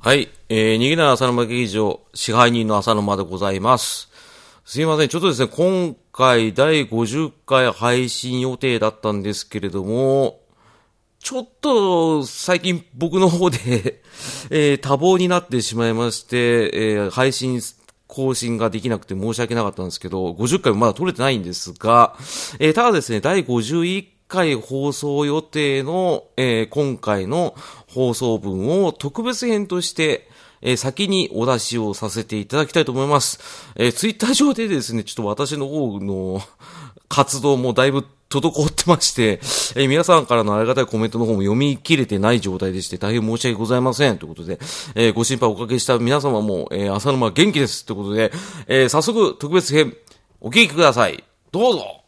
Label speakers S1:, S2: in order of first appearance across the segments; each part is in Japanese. S1: はい。えー、逃げない浅沼劇場、支配人の浅沼でございます。すいません。ちょっとですね、今回第50回配信予定だったんですけれども、ちょっと最近僕の方で えー、多忙になってしまいまして、えー、配信更新ができなくて申し訳なかったんですけど、50回もまだ撮れてないんですが、えー、ただですね、第51回放送予定の、えー、今回の放送分を特別編として、えー、先にお出しをさせていただきたいと思います。えー、ツイッター上でですね、ちょっと私の方の活動もだいぶ滞ってまして、えー、皆さんからのありがたいコメントの方も読み切れてない状態でして、大変申し訳ございません。ということで、えー、ご心配おかけした皆様も、えー、浅沼元気です。ということで、えー、早速特別編、お聴きください。どうぞ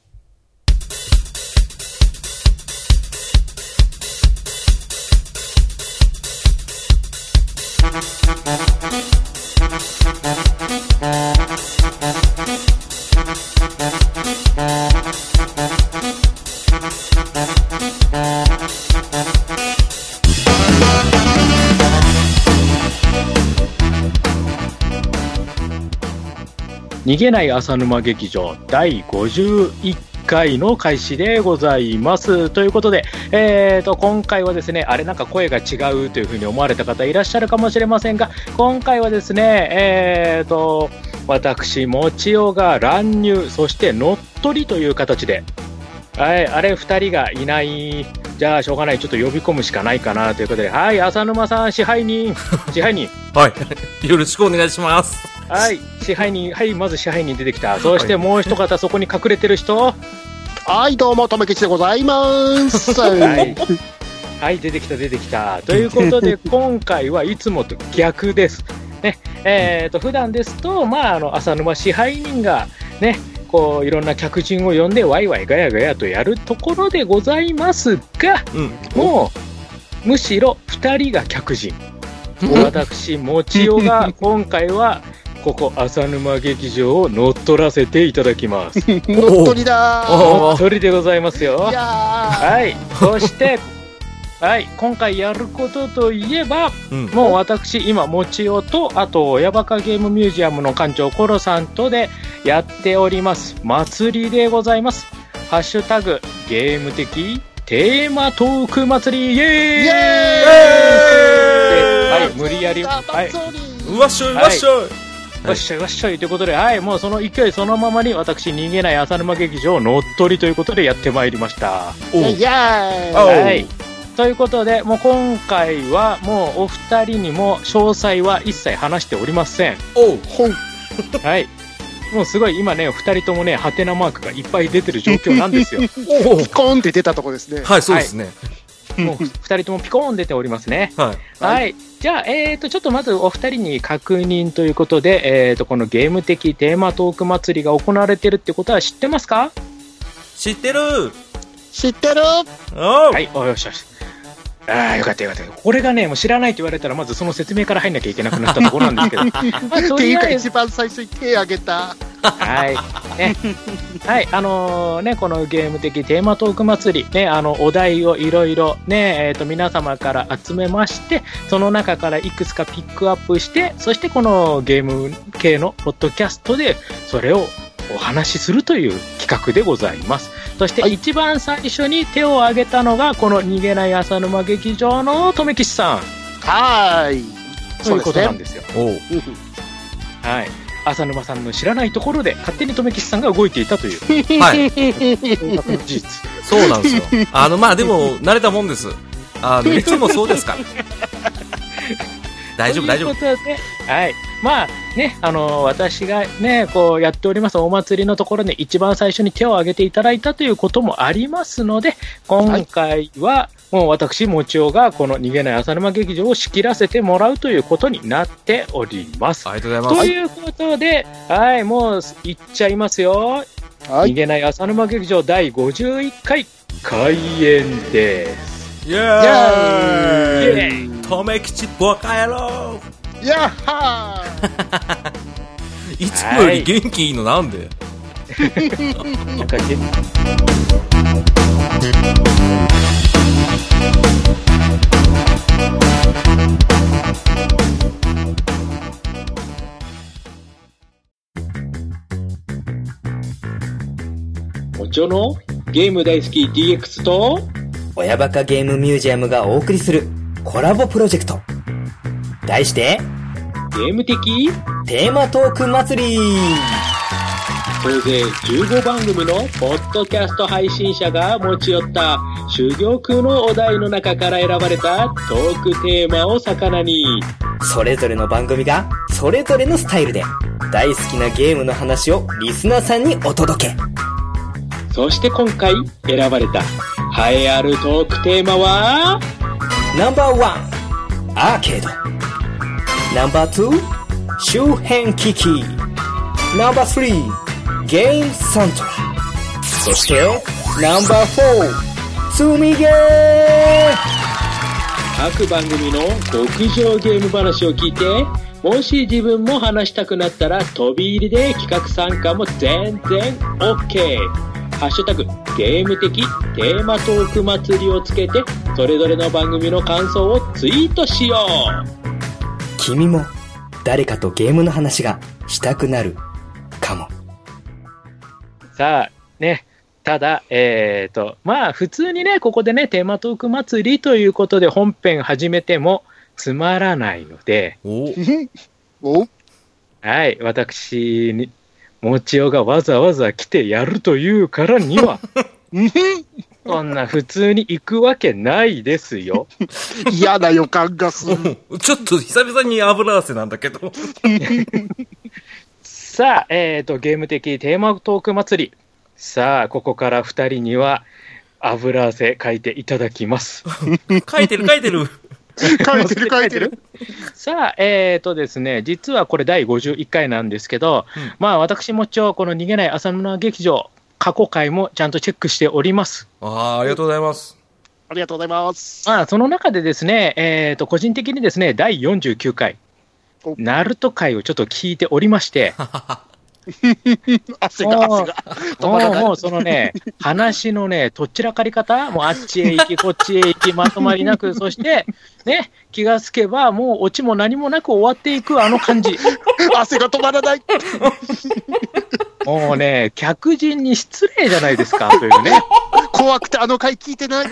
S2: 逃げない浅沼劇場第51回の開始でございます。ということで、えーと、今回はですね、あれなんか声が違うというふうに思われた方いらっしゃるかもしれませんが、今回はですね、えーと、私、もちおが乱入、そして乗っ取りという形で、はい、あれ2人がいない、じゃあしょうがない、ちょっと呼び込むしかないかなということで、はい、浅沼さん、支配人、支配人。
S1: はい、 よろしくお願いします。、
S2: はい、支配人、はい、まず支配人出てきた。そしてもう一方、そこに隠れてる人。
S3: はい、どうも、とめきちでございます。
S2: はい、はい、出てきた、出てきた。ということ で、今回はいつもと逆です。ね、えっ、ー、と、普段ですと、まあ、あの、浅沼支配人が、ね、こういろんな客人を呼んでワイワイガヤガヤとやるところでございますが、うん、もうむしろ2人が客人私もちおが今回はここ浅沼劇場を乗っ取らせていただきます
S3: 乗っ取りだ
S2: 乗っ取りでございますよはいそしてはい、今回やることといえば、うん、もう私、今、もちおと、あと、親バカゲームミュージアムの館長、コロさんとでやっております、祭りでございます。ハッシュタグ、ゲーム的テーマトーク祭り、イエーイイエーイはい、無理やり、はい
S1: うわっしょい、うわっしょい、はい
S2: わっしょいわっしょいということで、はい、もうその勢いそのままに私、逃げない浅沼劇場乗っ取りということでやってまいりました。
S3: イエーイ
S2: はいということで、もう今回はもうお二人にも詳細は一切話しておりません。
S3: おう、ほん。
S2: はい。もうすごい今ね、お二人ともね、ハテナマークがいっぱい出てる状況なんですよ。
S3: おピコーンって出たとこですね。
S1: はい、そうですね。
S2: はい、もう二人ともピコーン出ておりますね。はい。はい、はい。じゃあ、えっ、ー、と、ちょっとまずお二人に確認ということで、えっ、ー、と、このゲーム的テーマトーク祭りが行われてるってことは知ってますか
S1: 知ってる
S3: 知ってる
S2: はい、およしよし。ああ、よかったよかった。これがね、もう知らないと言われたら、まずその説明から入んなきゃいけなくなったところなんですけど。
S3: まあ、というか、一番最初に手挙げた。
S2: はい。ね。はい、あのー、ね、このゲーム的テーマトーク祭り、ね、あの、お題をいろいろね、えっ、ー、と、皆様から集めまして、その中からいくつかピックアップして、そしてこのゲーム系のポッドキャストで、それをお話しするという企画でございます。そして一番最初に手を挙げたのが、この逃げない浅沼劇場の留吉さん。
S3: はい。
S2: そういうことなんですよ。すね、はい。浅沼さんの知らないところで勝手に留吉さんが動いていたと いう。
S1: はい。 事実。そうなんですよ。 あの、まあでも、慣れたもんです。あ の、いつもそうですから。大丈夫、大丈夫。
S2: はい。まあね、あのー、私がね、こうやっておりますお祭りのところに一番最初に手を挙げていただいたということもありますので、今回はもう私、もちおがこの逃げない浅沼劇場を仕切らせてもらうということになっております。。
S1: ありがとうございます
S2: ということで、はい、もういっちゃいますよ。はい、逃げない浅沼劇場第51回開演です。
S1: イェーイとめきちバカ野郎
S3: やっは
S1: ーいつもより元気いいのなんで
S2: ジョのゲーム大好き DX と、
S4: 親バカゲームミュージアムがお送りするコラボプロジェクト。題して、
S2: ゲーム的
S4: テーマトーク祭り
S2: 総勢15番組のポッドキャスト配信者が持ち寄った修行空のお題の中から選ばれたトークテーマを魚に
S4: それぞれの番組が、それぞれのスタイルで、大好きなゲームの話をリスナーさんにお届け。
S2: そして今回選ばれた栄えあるトークテーマは
S4: ナンバーワン、アーケード。ナンバーツー、周辺機器。ナンバースリー、ゲームサントラ。そして、ナンバーフォー、積みゲー
S2: 各番組の極上ゲーム話を聞いてもし自分も話したくなったら飛び入りで企画参加も全然 OK ハッシュタグゲーム的テーマトーク祭りをつけてそれぞれの番組の感想をツイートしよう
S4: 君も誰かとゲームの話がしたくなるかも。
S2: さあねただ、えっ、と、まあ、普通にね、ここでね、テーマトーク祭りということで本編始めてもつまらないので、
S1: お
S3: お
S2: はい、私に、もちおがわざわざ来てやるというからには、そんな普通に行くわけないですよ。
S3: 嫌な予感が する。
S1: おちょっと久々に油汗なんだけど。
S2: さあ、えっ、と、ゲーム的テーマトーク祭り。さあ、ここから二人には、油汗かいていただきます。
S1: 書いてる書いてる。
S3: 書いてる書いてる。
S2: さあ、えっ、とですね、実はこれ第51回なんですけど、
S1: うん
S2: まあ私もちょ、この逃げない浅沼劇場、過去回もちゃんとチェックしております。
S1: ああ、ありがとうございます。
S3: ありがとうございます。
S2: まあ、その中でですね、えー、と個人的にですね第49回
S3: お、
S2: ナルト回をちょっと聞いておりまして、
S3: 汗が汗が。
S2: もうもうそのね、話のね、とっちらかり方、もうあっちへ行き、こっちへ行き、まとまりなく、そして、ね、気がつけば、もうオチも何もなく終わっていく、あの感じ、
S3: 汗が止まらない。
S2: もうね、客人に失礼じゃないです かというね、
S3: 怖くてあの回聞いてない。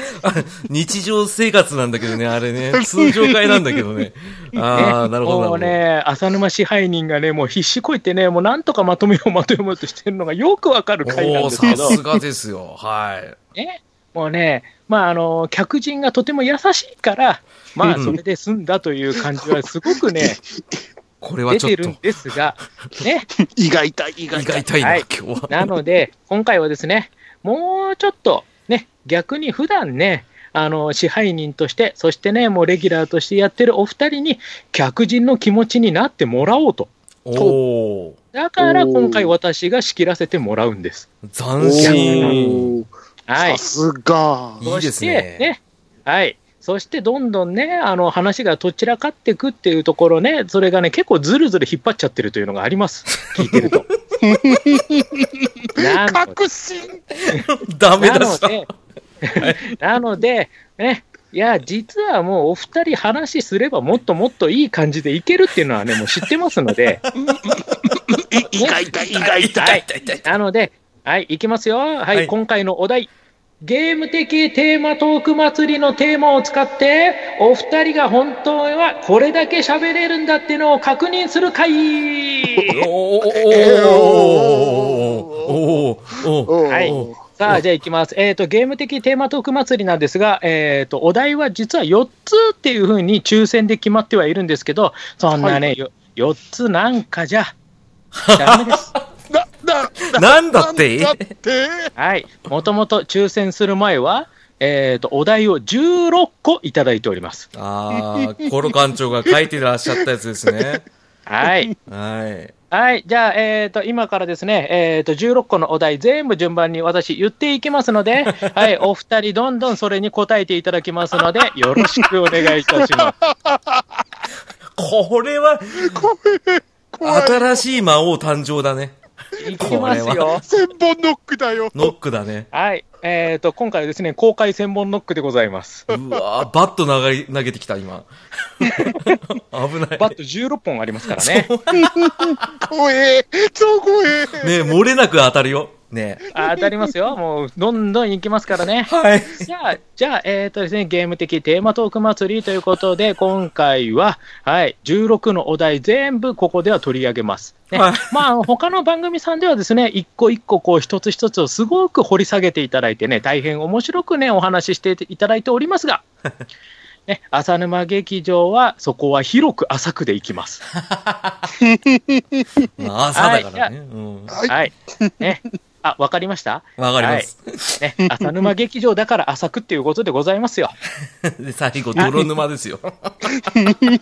S1: 日常生活なんだけどね、あれね。通常会なんだけどね。ああ、なるほど、なる
S2: も
S1: ほど。
S2: うね、浅沼支配人がね、もう必死こいてね、もうなんとかまとめよう、まとめようとしてるのがよくわかる回なん
S1: おお
S2: ですけ
S1: さ
S2: ど。
S1: すがですよ。はい。
S2: ね、もうね、まあ、あの、客人がとても優しいから、まあ、
S1: うん
S2: それで済んだという感じはすご くね、
S1: これは
S2: 出
S1: ちょってと
S2: るん、ですが、ね、
S3: 胃が痛い、胃が
S1: 胃
S3: 痛
S1: が
S3: い。
S1: 痛いな、
S2: はい
S1: 今日は。
S2: なので、今回はですね、もうちょっと、ね、逆に普段ね、あの、支配人として、そしてね、もうレギュラーとしてやってるお二人に、客人の気持ちになってもらおうと。
S1: おお
S2: だから、
S3: おー
S2: 今回私が仕切らせてもらうんです。
S1: 斬新。
S3: おー
S2: はい
S3: さ。すが。
S1: いいですね
S2: そしてはい。そしてどんどんね、あの話がどちらかってくっていうところね、それがね、結構ずるずる引っ張っちゃってるというのがあります。聞いてると。なの
S3: 確信。
S1: ダメ
S2: な
S1: 出
S2: の
S1: した。
S2: で、なので、 ね、いや、実はもうお二人話すればもっともっといい感じでいけるっていうのはね、もう知ってます ので、
S3: 胃が痛い、胃が痛い。
S2: はい。なので、はい、いきますよ。はい、
S1: はい
S2: 今回のお題。ゲーム的テーマトーク祭りのテーマを使って、お二人が本当はこれだけ喋れるんだってのを確認する会
S1: おーおーおーおーおーおーおー
S3: おー
S2: はいさあ、じゃあいきます。えっ、と、ゲーム的テーマトーク祭りなんですが、えっ、と、お題は実は4つっていうふうに抽選で決まってはいるんですけど、そんなね、よ4つなんか じゃ、ダメです。
S3: な、な、
S1: なんだって
S3: なんだって
S2: はい。もともと抽選する前は、えっ、と、お題を16個いただいております。
S1: ああ、コロ館長が書いてらっしゃったやつですね。
S2: はい。
S1: はい。
S2: はい。じゃあ、えっ、と、今からですね、えっ、と、16個のお題全部順番に私言っていきますので、はい。お二人どんどんそれに答えていただきますので、よろしくお願いいたします。
S1: これは、
S3: 怖い。
S1: 新しい魔王誕生だね。
S2: いきますよ。
S3: 千本ノックだよ。
S1: ノックだね。
S2: はい。えっ、と、今回はですね、公開千本ノックでございます。
S1: うわーバット投げ、投げてきた、今。危ない。
S2: バット16本ありますからね。
S3: 怖え。超怖え。
S1: ねえ、漏れなく当たるよ。ね。
S2: あ当たりますよ。もう、どんどん行きますからね。
S1: はい。
S2: じゃあ、じゃあ、えっ、とですね、ゲーム的テーマトーク祭りということで、今回は、はい、16のお題全部ここでは取り上げます。ね
S1: はい
S2: まあ、他の番組さんではですね、一個一個、こう、一つ一つをすごく掘り下げていただいてね、大変面白くね、お話ししていただいておりますが、ね、浅沼劇場は、そこは広く浅くでいきます。
S1: まあ朝だからね。うん。わ
S3: はい
S2: はい。ね。あ、わかりました
S1: かります。
S2: ね、浅沼劇場だから浅くっていうことでございますよ。
S1: で、 最後、泥沼ですよ。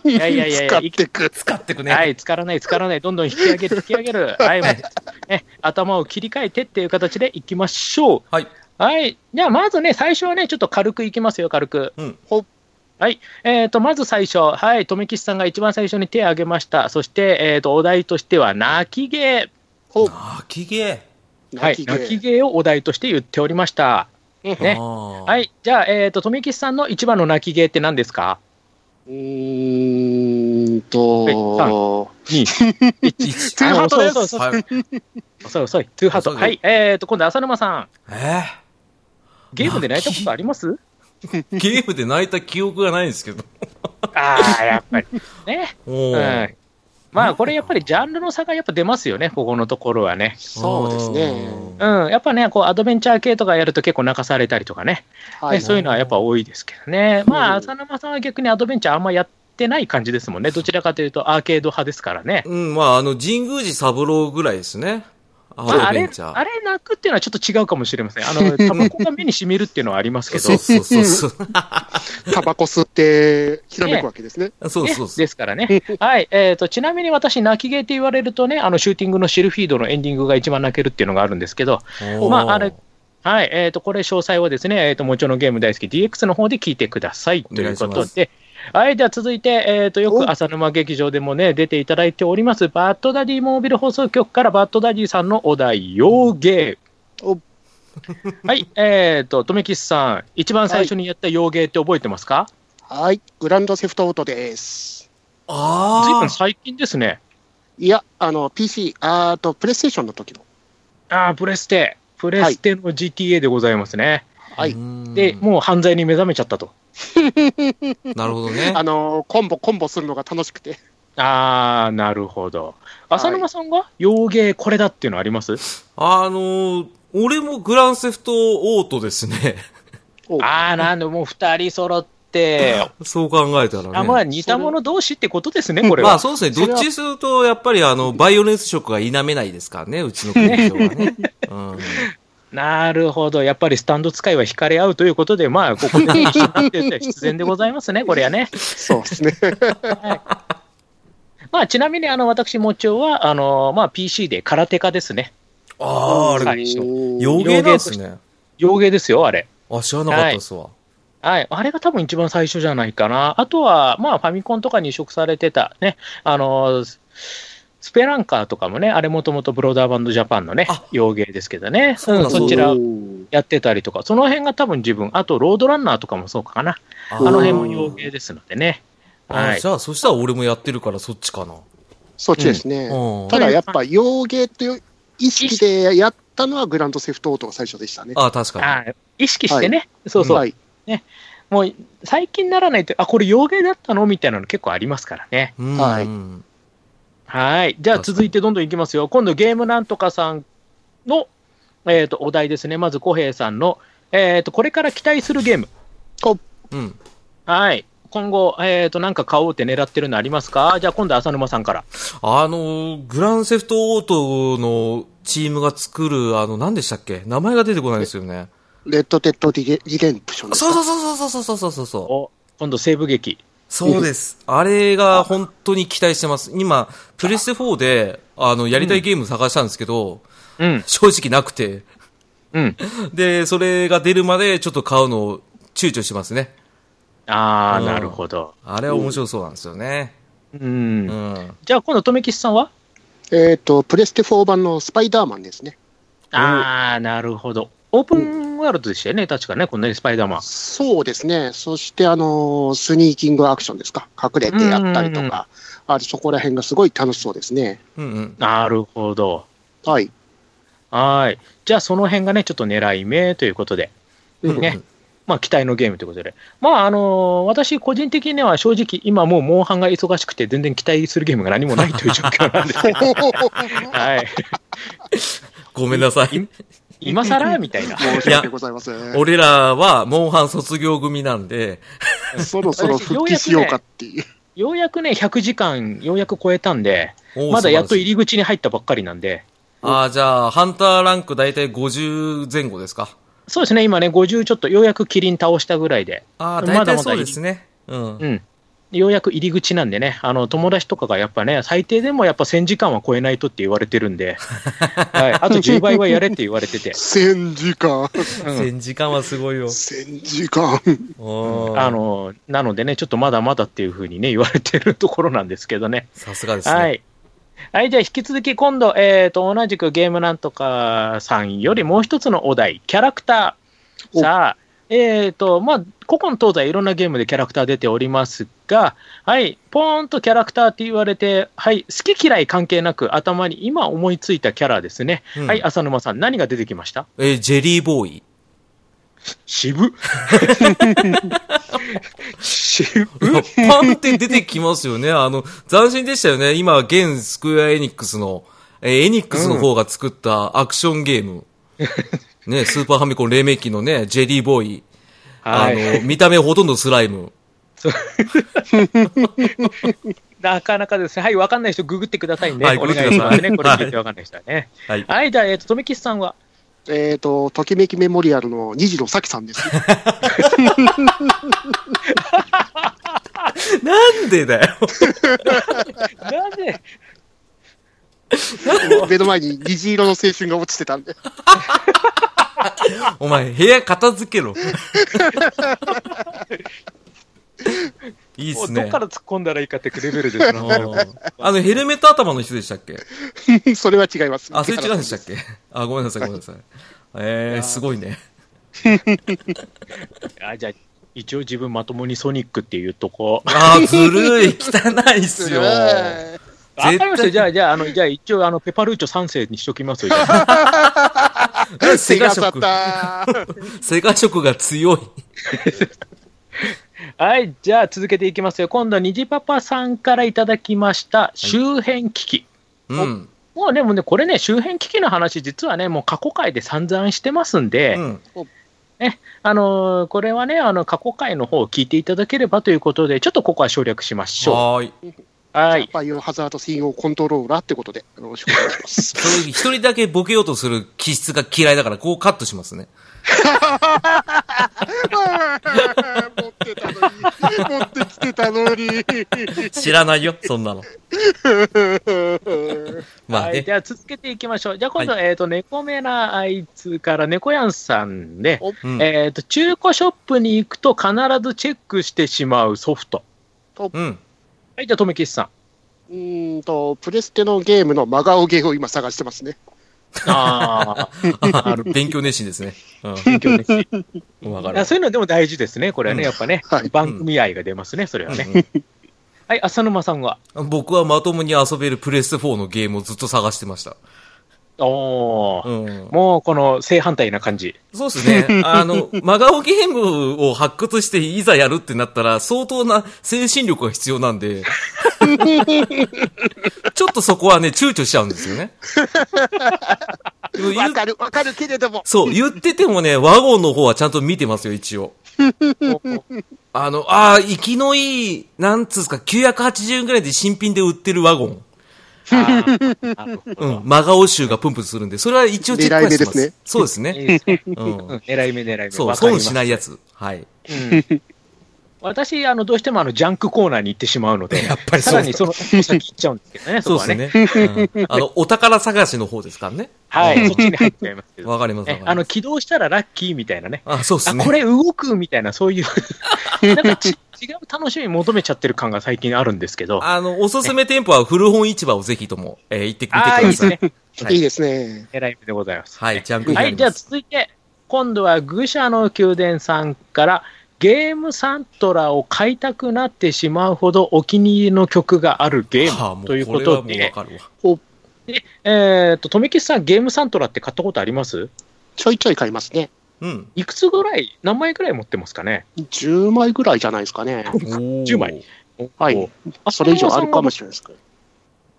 S2: いやいやいやい
S3: 使
S2: や
S3: っ、て く。
S1: 使ってくね。
S2: はい、つからない、つからない、どんどん引き上げる、引き上げる、はい、もうね、頭を切り替えてっていう形でいきましょう。
S1: はい。
S2: はい、じゃあ、まずね、最初はね、ちょっと軽くいきますよ、軽く。
S1: うん
S3: ほっ
S2: はい、えーと、まず最初、はい、留吉さんが一番最初に手を挙げました。そして、えーと、お題としては、泣き芸。
S3: ほ
S1: あ、きげ
S2: はい、泣き芸をお題として言っておりました。
S1: え。
S2: ね
S1: あー
S2: はい、じゃあ、えーと、留吉さんの一番の泣き芸って何ですか
S3: うーんと、
S2: ?2、
S1: 一
S3: ツーハートです
S2: あそうそうそう
S1: はい。
S2: 遅い遅い、2ハート。
S1: 遅い
S2: はい、えーと、今度、浅沼さん、
S1: え
S2: ゲームで泣いたことあります
S1: ーゲームで泣いた記憶がないんですけど。
S2: ああ、やっぱり。ね。
S1: お
S2: う
S1: ー
S2: ん。まあ、これやっぱりジャンルの差がやっぱ出ますよね、ここのところはね。
S3: そうですね。
S2: うん。やっぱね、こう、アドベンチャー系とかやると結構泣かされたりとかね。
S3: は
S2: ねそういうのはやっぱ多いですけどね。まあ、浅沼さんは逆にアドベンチャーあんまやってない感じですもんね。どちらかというとアーケード派ですからね。
S1: うん、まあ、あの、神宮寺三郎ぐらいですね。ア
S2: まあ、あ
S1: ドベ
S2: れ
S1: ン、チャー。
S2: あれ泣くっていうのはちょっと違うかもしれません。あ の、タバコが目に染みるっていうのはありますけど
S1: そ。うそうそう そう。
S3: タバコ吸って、ひらめくわけですね。
S1: そう
S2: ね
S1: そうそう。
S2: ですからね。はい。えっ、と、ちなみに私、泣き芸って言われるとね、あの、シューティングのシルフィードのエンディングが一番泣けるっていうのがあるんですけど、
S1: おー
S2: まああれはい、えー、とこれ、詳細はですね、えー、ともちろんゲーム大好き DX の方で聞いてください
S1: お
S2: とい
S1: 願いうし
S2: こ
S1: ます
S2: とで、はい、では続いて、えー、とよく浅沼劇場でもね、出ていただいております、バッドダディモービル放送局からバッドダディさんのお題、洋芸。
S3: お
S2: はい、えー、と、とめきさん、一番最初にやった洋芸って覚えてますか、
S3: はい、グランドセフトオートです。
S2: ずいぶ
S1: あ
S2: ん最近ですね。
S3: いや、あの、PC、あーと、プレイステーションの時の。
S2: あープレステ、プレステの GTA でございますね。
S1: あ。
S3: はい。
S1: うん
S2: で、もう犯罪に目覚めちゃったと。
S1: なるほどね。
S3: あの、コンボ、コンボするのが楽しくて。
S2: あー、なるほど。浅沼さんが、洋芸これだっていうのあります、
S1: あのー、俺もグランセフトオートですね。
S3: お
S2: あー、なんで、もう二人揃って、
S1: そう考えたらね。
S2: あまあ、似た者同士ってことですね、これ
S1: ま
S2: は。
S1: あそうですね。どっちにすると、やっぱりあの、バイオレンス色が否めないですからね、うちの劇場はね。 うん。
S2: なるほど。やっぱりスタンド使いは惹かれ合うということで、まあ、ここで一緒になってて必然でございますね、これはね。
S3: そうです ね。
S2: まあ、ちなみに、あの、私、もちおは、あの、まあ、PC で空手家ですね。
S1: ああ、あれ、
S2: 最初
S1: 洋芸なんですね。
S2: 洋芸ですよ、あれ。
S1: あ、知らなかったですわ。
S2: はい。あれが多分一番最初じゃないかな。あとは、まあ、ファミコンとかに移植されてた、ね、あのーススペランカーとかもね、あれもともとブローダーバンドジャパンのね
S1: あ、
S2: 洋芸ですけどね、
S1: そうなん
S2: うん
S1: だ
S2: そちら
S3: おー
S2: やってたりとか、その辺が多分自分、あとロードランナーとかもそうかな。
S1: あ
S2: あの辺も洋
S1: 洋芸
S2: 芸ですのでね。は
S1: あ
S2: い
S1: じ。ゃあ、そしたら俺もやってるからそっちかな。
S3: そっちですね。
S1: うん
S3: ただやっぱ、洋芸という意識でやったのはグランドセフトオートが最初でしたね。
S1: あ確か
S2: はい意識してね、そうそう、
S3: はい。
S2: もう最近ならないと、あ、これ洋芸だったのみたいなの結構ありますからね。
S1: に。うん
S3: はい
S1: うん
S2: はい。じゃあ続いてどんどんいきますよ。今度ゲームなんとかさんの、えー、とお題ですね。まず小平さんの、えー、とこれから期待するゲーム。
S1: うん。
S2: はい。今後、えー、となんか買おうって狙ってるのありますかじゃあ今度浅沼さんから。
S1: あのー、グランセフトオートのチームが作る、あの、何でしたっけ名前が出てこないですよね。
S3: レッドテッドリデリデンプションです
S1: そ
S3: か
S1: うそうそうそうそうそうそうそう。
S2: お今度西部劇。
S1: そうです。あれが本当に期待してます。今、プレステ4で、あの、やりたいゲーム探したんですけど、
S2: うん。
S1: 正直なくて。
S2: うん。
S1: で、それが出るまでちょっと買うのを躊躇してますね。
S2: あ
S1: う
S2: ー、
S1: ん
S2: なるほど。
S1: あれは面白そうなんですよね。
S2: うん。
S1: うん。
S2: じゃあ今度、とめきちさんは
S3: えっ、と、プレステ4版のスパイダーマンですね。
S2: あー、なるほど。オープンワールドでしたよね。確かね、こんなにスパイダーマン。
S3: そうですね。そして、あのースニーキングアクションですか。隠れてやったり
S2: うんうんう
S3: と
S2: ん
S3: か、あれそこら辺がすごい楽しそうですね。
S1: うんうん。
S2: なるほど。
S3: はい。
S2: はい。じゃあ、その辺がね、ちょっと狙い目ということで、ね。まあ、期待のゲームということで。まあ、あのー私、個人的には正直、今もう、モンハンが忙しくて、全然期待するゲームが何もないという状況なんで、 はい。
S1: ごめんなさい。
S2: 今更みたいな。
S3: 申し訳ございません。
S1: 俺らは、モンハン卒業組なんで、
S3: そろそろ復帰しようかっていう。
S2: ようやくね、100時間、ようやく超えたんで、
S1: おー
S2: まだやっと
S1: 素晴らしい
S2: 入り口に入ったばっかりなんで、
S1: ああ、じゃあ、ハンターランク大体50前後ですか。
S2: そうですね、今ね、50ちょっと、ようやくキリン倒したぐらいで、
S1: ああ、大
S2: まだ
S1: 体
S2: まだ
S1: そう
S2: 入り
S1: ですね。うん。
S2: うん。ようやく入り口なんでね、あの、友達とかがやっぱね、最低でもやっぱ1000時間は超えないとって言われてるんで、はい。あと10倍はやれって言われてて、
S3: 1000時間。
S2: うん
S1: 1000時間はすごいよ。
S3: 1000時間。
S2: あ
S1: あの、
S2: の、なのでね、ちょっとまだまだっていうふうにね、言われてるところなんですけどね。
S1: さすがですね。
S2: はい。はい、じゃあ引き続き今度、えー、と、同じくゲームなんとかさんよりもう一つのお題、キャラクター。
S3: お
S2: さあ、えー、と、まあ、古今東西いろんなゲームでキャラクター出ておりますが、はい、ポーンとキャラクターって言われて、はい、好き嫌い関係なく頭に今思いついたキャラですね。
S1: うん
S2: はい、浅沼さん、何が出てきました
S1: えージェリーボーイ。
S2: 渋。渋。
S1: いやパンって出てきますよね。あの、斬新でしたよね。今、現スクエアエニックスの、えーエニックスの方が作ったアクションゲー ム。ね、スーパーファミコン黎明期のね、ジェリーボーイ。
S2: は
S1: あ
S2: い
S1: の、。見た目ほとんどスライム。
S2: なかなかですね。はい、わかんない人、ググってくださいね。
S1: はい
S2: お願いしますね。
S1: ググってく
S2: こ
S1: だ
S2: れ
S1: さい
S2: 聞いてわかんない人はね。
S1: はい。
S2: はい、じゃあ、えっと、とめきちさんは、
S3: えっと、ときめきメモリアルの虹野咲さん です。
S1: なんでだよ。
S2: なぜ、
S3: 目の前に虹色の青春が落ちてたんで。
S1: お前、部屋片付 けろ。いいっ
S2: もう
S1: す
S2: ど
S1: ね
S2: っ。から突っ込んだらいいかってレベルですな。
S1: うんあの、ヘルメット頭の人でしたっけ
S3: それは違います。
S1: あ、それ違うんでしたっけあ、ごめんなさい、ごめんなさい。えー、すごいね。
S2: あ、じゃあ、一応自分まともにソニックっていうとこ。
S1: あー、ずるい、汚いっすよ。
S3: え
S2: わかりまし
S1: 絶対
S2: た。じゃあ、じゃあ、あの、じゃあ一応、あの、ペパルーチョ3世にしときま すよ。じゃあ
S3: ー
S1: セ
S3: セ
S1: ガ
S3: ガだっ
S1: 色。
S3: た。
S1: セガ色が強い。
S2: はい、じゃあ続けていきますよ。今度は虹パパさんからいただきました、周辺機器。
S1: うん。
S2: もうでもね、これね、周辺機器の話、実はね、もう過去回で散々してますんで、
S1: うん。
S2: あのーこれはね、あの、過去回の方を聞いていただければということで、ちょっとここは省略しましょ
S1: はーい。
S2: う。は
S3: はいい。。バイオハザード信用コントローラーってことで、よろしくお願いします。
S1: その時一人だけボケようとする気質が嫌いだから、こうカットしますね。
S3: 持ってたのに、 持ってきてたのに。
S1: 知らないよ、そんなの。まあ
S2: はい、
S1: ね
S2: で。は続けていきましょう。じゃあ今度、えっ、と、猫目なあいつから猫やんさんで、
S3: お
S1: うん
S2: えっ、と、中古ショップに行くと必ずチェックしてしまうソフト。
S1: うん。
S2: はい、じゃあ、とめきしさん。
S3: うーんと、プレステのゲームの真顔ゲーを今探してますね。
S2: あ
S1: あ勉強熱心ですね。
S2: あ、強ね。
S1: うん。わか
S2: い
S1: る
S2: や。そういうのでも大事ですね。これはね、
S1: うん
S2: やっぱね、
S3: はい
S2: 番組愛が出ますね、それはね。はい、浅沼さんは。
S1: うん僕はまともに遊べるプレステ4のゲームをずっと探してました。
S2: おー。
S1: うん。
S2: もうこの正反対な感じ。
S1: そうです ね。あの、真顔ゲームを発掘していざやるってなったら、相当な精神力が必要なん で、ちょっとそこはね、躊躇しちゃうんですよ ね。でも言
S3: わ
S1: う
S3: かる、わかるけれども。
S1: そう、言っててもね、ワゴンの方はちゃんと見てますよ、一応。 あの、ああ、生きのいい、なんつうんすか、980円ぐらいで新品で売ってるワゴン。
S2: あーなるほ
S1: う
S2: ど
S1: ん、真顔臭がプンプンするんで、それは一応チェックはしてま
S3: 狙い目です
S1: す
S3: ね。、
S1: そうです
S2: い
S1: ね。
S2: いですね。
S1: う
S2: うん
S1: ん。
S2: 狙い目狙い 目。
S1: そう、
S2: わかり
S1: 損
S2: ます
S1: しないやつ。はい。
S2: 私、あの、どうしてもあの、ジャンクコーナーに行ってしまうので、
S1: やっぱりそう
S2: さらにその、先行っちゃうんですけど ね、そ
S1: そう
S2: こはね。
S1: です ね。うんあの、お宝探しの方ですからね。
S2: はい、そっちに入っちゃいますけ ど。
S1: わかります、わ
S2: ね
S1: か
S2: あ
S1: りま
S2: の、
S1: す。
S2: 起動したらラッキーみたいなね。
S1: あ、そうです
S2: あ、
S1: ね。
S2: これ動くみたいな、そう いう、なんかち違う楽しみ求めちゃってる感が最近あるんですけど。あ
S1: あの、おすすめ店舗は古本市場をぜひとも、えー行ってみてく
S2: あー、いい
S1: だ
S2: です
S1: さい。
S2: ね。
S1: はい
S3: い
S1: い。
S3: ですね。
S2: 狙い目でございます。
S1: はい、ジャンク
S2: はい、じゃあ続いて、今度は愚者の宮殿さんから、ゲームサントラを買いたくなってしまうほどお気に入りの曲があるゲームということ
S1: は
S2: で、
S1: あ、もうこれはもうわかるわ。
S2: えっと、富吉さん、ゲームサントラって買ったことあります
S3: ちょいちょい買いますね。
S1: うん。
S2: いくつぐらい、何枚ぐらい持ってますかね
S3: 10枚ぐらいじゃないですかね。
S1: 10
S2: 枚。
S3: はい。それ以上あるかもしれないですけど。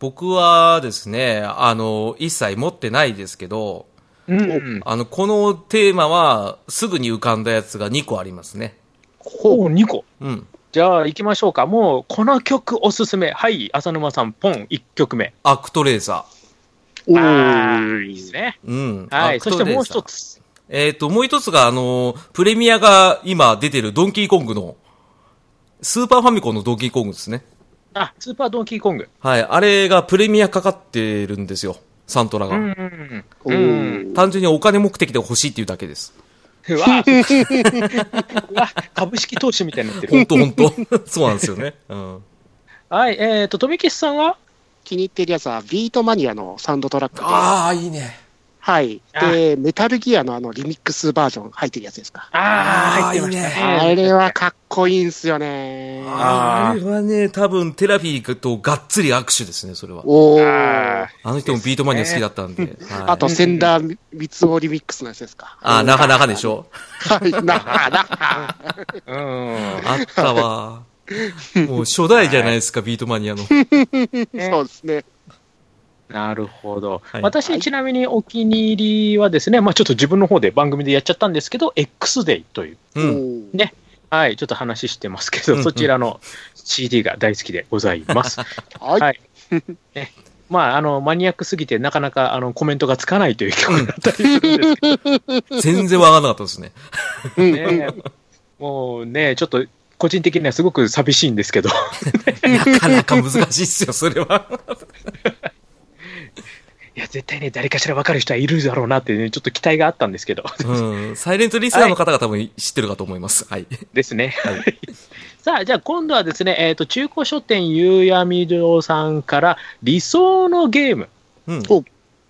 S1: 僕はですね、あの、一切持ってないですけど、
S2: れない。うん。
S1: あの、このテーマは、すぐに浮かんだやつが2個ありますね。
S2: ほう、2個。
S1: うん。
S2: じゃあ、行きましょうか。もう、この曲おすすめ。はい、浅沼さん、ポン、1曲目。
S1: アクトレーサ
S3: お
S2: あー
S3: ー
S2: いいですね。
S1: ー。うん。
S2: はい、
S1: ア
S2: そ
S1: ク
S2: し
S1: トレー
S2: て
S1: サー
S2: もう一。つ。
S1: えっ、と、もう一つが、あの、プレミアが今出てるドンキーコングの、スーパーファミコンのドンキーコングですね。
S2: あ、スーパードンキーコング。
S1: はい。あれがプレミアかかってるんですよ。サントラ
S2: う
S1: が。
S2: んうん
S3: お
S2: うん。うん。
S3: ー
S1: 単純にお金目的で欲しいっていうだけです。
S2: うわ、うわ 株式投資みたいになって
S1: 本
S2: る。
S1: 当本当そうなんですよね。うん。
S2: はい、えっ、と、富吉さんは
S3: 気に入ってるやつは、ビートマニアのサウンドトラックです。
S1: ああ、いいね。
S3: はい。
S2: あ
S3: で、メタルギアのあのリミックスバージョン入ってるやつですか。
S2: あ
S1: あー
S2: あ、入ってまし
S1: いい
S2: たね。
S1: ね
S3: あれはかっこいいんすよね。
S1: あ
S2: あー
S1: あれはね、多分テラフィーとがっつり握手ですね、それは。
S3: おお。
S2: あ
S3: あ
S1: あの人もビートマニア好きだったんで。はい
S3: と、センダー三つ折リミックスのやつですか。
S1: あー、なかなかでしょ。
S3: はい、な、な、
S2: うん。
S1: あったわ。もう初代じゃないですか、ビートマニアの。
S3: そうですね。
S2: なるほど。
S1: はい
S2: 私、ちなみにお気に入りはですね、まあちょっと自分の方で番組でやっちゃったんですけど、X デイという、
S1: う
S3: お
S1: ん。
S3: ー
S2: ねはい、ちょっと話してますけ
S1: うんう
S2: ど、
S1: ん
S2: そちらの CD が大好きでござい ます。
S3: はい。
S2: はいまあ、あの、マニアックすぎて、なかなか、あの、コメントがつかないという曲だったりするんですけど
S1: 全然わかんなかったですね。
S3: うんうん
S2: ね、もうね、ちょっと個人的にはすごく寂しいんですけど、
S1: なかなか難しいっすよ、それは。
S2: いや、絶対ね、誰かしら分かる人はいるだろうなってね、ちょっと期待があったんですけど、
S1: うん。サイレントリスナーの方が多分知ってるかと思います。はい。
S2: ですね。 さあ、じゃあ今度はですね、えっ、と、中古書店ゆうやみ堂さんから、理想のゲーム。
S1: うん。
S3: お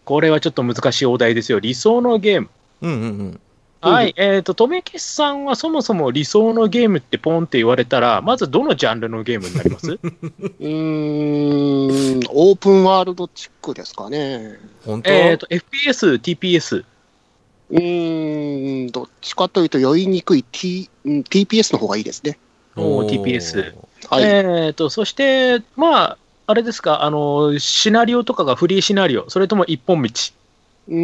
S2: これはちょっと難しいお題ですよ。理想のゲーム。
S1: うんうんうん。
S2: はい。えっ、と、とめきさんはそもそも理想のゲームってポンって言われたら、まずどのジャンルのゲームになります
S3: うーん、オープンワールドチックですかね。
S1: 本当
S2: えっと、FPS、TPS。
S3: うーん、どっちかというと酔いにくい T、うん TPS の方がいいですね。
S2: おー TPS。
S3: はい。
S2: えー、とそして、まあ、あれですかあの、シナリオとかがフリーシナリオ、それとも一本道、
S3: うー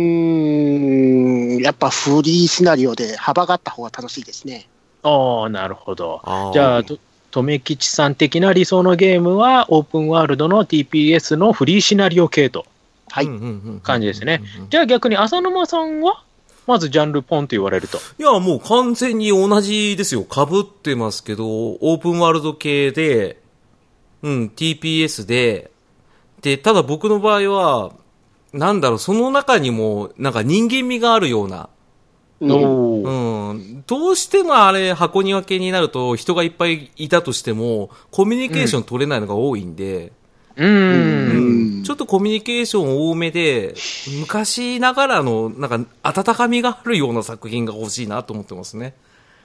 S3: ん、やっぱフリーシナリオで幅があった方が楽しいですね。
S2: ああ、なるほど。
S1: あー
S2: じゃあ、と留吉さん的な理想のゲームは、オープンワールドの TPS のフリーシナリオ系と。
S3: はい。
S1: うんうんうんうん
S2: 感じですね
S1: うんうん
S2: じゃあ、逆に浅沼さんは、まずジャンルポンと言われると。
S1: いや、もう完全に同じですよ。被ってますけど、オープンワールド系で、うん、TPS で、で、ただ僕の場合は、なんだろう、その中にも、なんか人間味があるような、
S3: うん
S2: おー
S1: うん、どうしてもあれ、箱庭系になると、人がいっぱいいたとしても、コミュニケーション取れないのが多いんで、
S2: うーん。
S3: うん
S1: ちょっとコミュニケーション多めで、昔ながらの、なんか、温かみがあるような作品が欲しいなと思ってますね。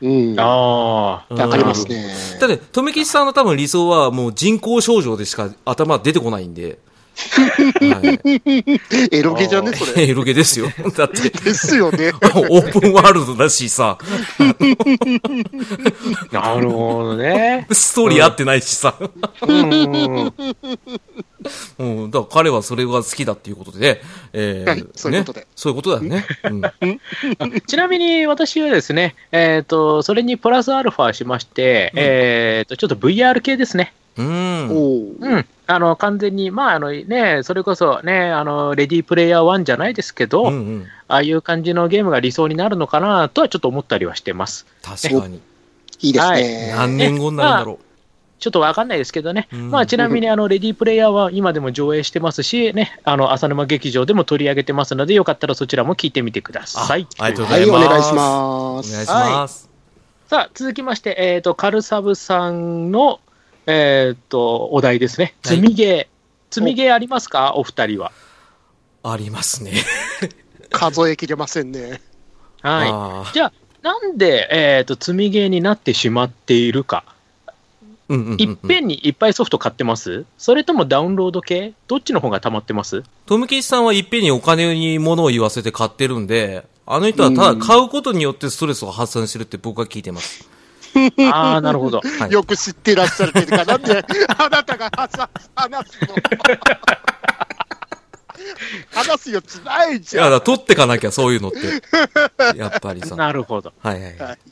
S3: うん。わ
S2: ああ。
S3: かりますね。
S1: ただね、富吉さんの多分理想はもう人工症状でしか頭出てこないんで。は
S3: エロゲじゃね、それ。
S1: い、エロゲですよ。だって、
S3: ですよね。
S1: オープンワールドだしさ、
S2: なるほどね。
S1: ストーリー合ってないしさ。
S2: うん。
S1: うん、だから彼はそれが好きだっていうことでね。えー
S3: はいそういうことで
S1: ね。そういうことだよね。うん、
S2: ちなみに私はですね、えっ、と、それにプラスアルファしまして、
S1: うん
S2: えっ、と、ちょっと VR 系ですね。
S1: うん。うん
S3: おー
S2: うん、あの完全に、まああのね、それこそ、ね、あのレディープレイヤー1じゃないですけど、
S1: う
S2: あ
S1: ん。
S2: あいう感じのゲームが理想になるのかなとはちょっと思ったりはしてます。
S1: 確かに。
S3: いいですね。
S1: 何年後になるんだろう。
S2: ちょっとわかんないですけどね、
S1: うん
S2: まあ、ちなみにあのレディープレイヤーは今でも上映してますし、ね、あの浅沼劇場でも取り上げてますので、よかったらそちらも聞いてみてくだ
S1: あ
S2: さい。
S1: ありがとうご
S3: は
S1: ざい
S3: い、お
S1: ます。
S3: 願いし
S1: す。
S3: ま
S1: お願いし
S3: す。
S1: ます。
S2: さあ続きまして、えー、とカルサブさんの、えー、とお題ですね、
S1: はい
S2: 積みゲー、積みゲーありますか、お二人は。
S1: ありますね。
S3: 数えきれませんね。
S2: はい
S1: あー
S2: じゃあ、なんで、えー、と積みゲーになってしまっているか、
S1: うんうんうん
S2: いっぺんにいっぱいソフト買ってますそれともダウンロード系どっちの方が溜まってます
S1: トムキシさんはいっぺんにお金に物を言わせて買ってるんで、あの人はただ買うことによってストレスを発散してるって僕は聞いてます。
S2: ああ、なるほど。
S1: はい
S3: よく知ってらっしゃるけどか、なん であなたが話話すの 話すよつない
S1: い
S3: じ
S1: や、だ
S3: ゃ
S1: か
S3: ん。
S1: ら取ってかなきゃ、そういうのって。やっぱ りさ。は
S2: なるほど。
S1: いはいは
S3: はい
S1: い。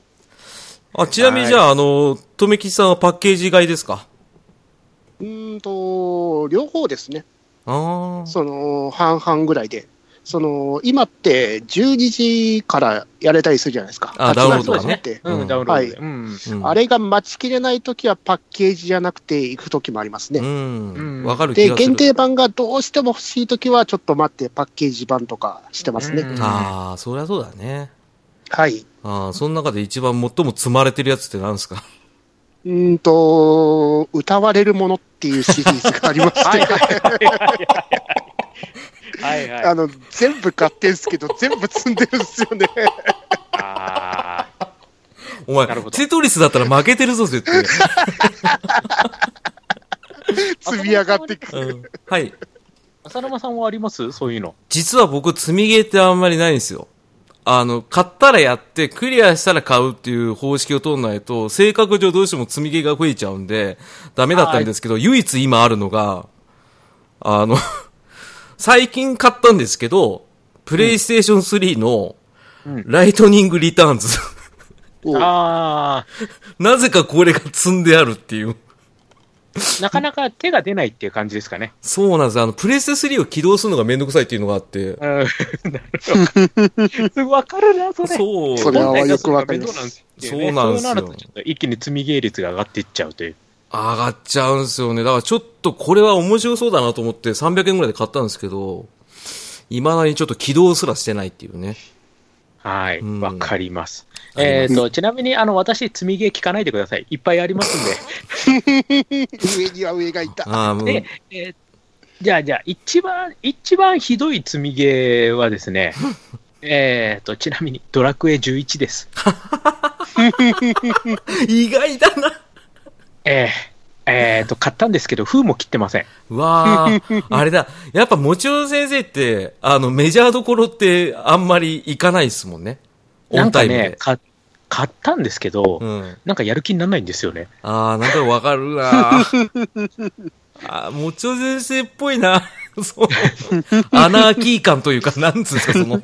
S1: あ、ちなみにじゃあ、あの、とめきちさんはパッケージ買いですか
S3: うーんと、両方ですね。
S1: ああ。
S3: その、半々ぐらいで。その、今って12時からやれたりするじゃないですか。
S1: あダウンロードがね
S3: 立ち上がりとかって
S2: う
S1: うん
S2: ん、ダウンロードで。
S3: は
S2: うん。
S1: うん
S3: あれが待ちきれないときはパッケージじゃなくて行くときもありますね。
S1: うん。
S2: ん
S1: わかる気
S3: で、
S1: がする。
S3: 限定版がどうしても欲しいときは、ちょっと待って、パッケージ版とかしてますね。
S2: うん
S1: ああ、そりゃそうだね。
S3: はい。
S1: ああ、その中で一番最も積まれてるやつって何ですか
S3: うーんと、歌われるものっていうシリーズがありまし
S2: はい
S3: て、
S2: はいはい。
S3: あの、全部買ってんすけど、全部積んでるんですよね。
S2: ああ。
S1: お前
S2: なるほ、ど
S1: テトリスだったら負けてるぞ、絶対。
S3: 積み上がっていく。
S1: うんはい。
S2: 浅沼さんはありますそういうの。
S1: 実は僕、積みゲーってあんまりないんですよ。あの、買ったらやって、クリアしたら買うっていう方式を取らないと、性格上どうしても積みゲーが増えちゃうんで、ダメだったんですけど、唯一今あるのが、あの、 最近買ったんですけど、プレイステーション3の
S2: うん、
S1: ライトニングリターンズ。
S3: おう
S2: あ
S1: なぜかこれが積んであるっていう。
S2: あ。なかなか手が出ないっていう感じですかね。
S1: そうなんです。あの、プレイステ3を起動するのがめんどくさいっていうのがあって
S2: う。 ん。なるほど。わかるな、それ。
S1: そう。
S3: それはよくわかります
S1: そうなんですよ
S2: そうなるとちょっと一気に積み芸率が上がっていっちゃうという。
S1: 上がっちゃうんですよね。だからちょっとこれは面白そうだなと思って300円ぐらいで買ったんですけど、未だにちょっと起動すらしてないっていうね。
S2: はい、
S1: うん
S2: わかります。
S1: あり
S2: え
S1: ま
S2: っ、と、ちなみに、あの、私、積みゲー聞かないでください。いっぱいありますん
S3: 上には上がいた。
S1: ああ、もう。
S2: で。で、えーじゃあ、じゃあ、一番、一番ひどい積みゲーはです ね、えっと、ちなみに、ドラクエ11です。
S1: 意外だな。
S2: えー、えっと、買ったんですけど、封も切ってません。
S1: うわあ、 あれだ。やっぱ、もちろん先生って、あの、メジャーどころってあんまり行かないですもんね。オ
S2: なん
S1: ンタ
S2: か
S1: イムで。
S2: ね、か買ったんですけど、
S1: うん。
S2: なんかやる気にならないんですよね。
S1: ああ、なんとなくわかるな。 ああ、もちろん先生っぽいな。 そう。アナーキー感というか、なんつうんですか、その。
S2: い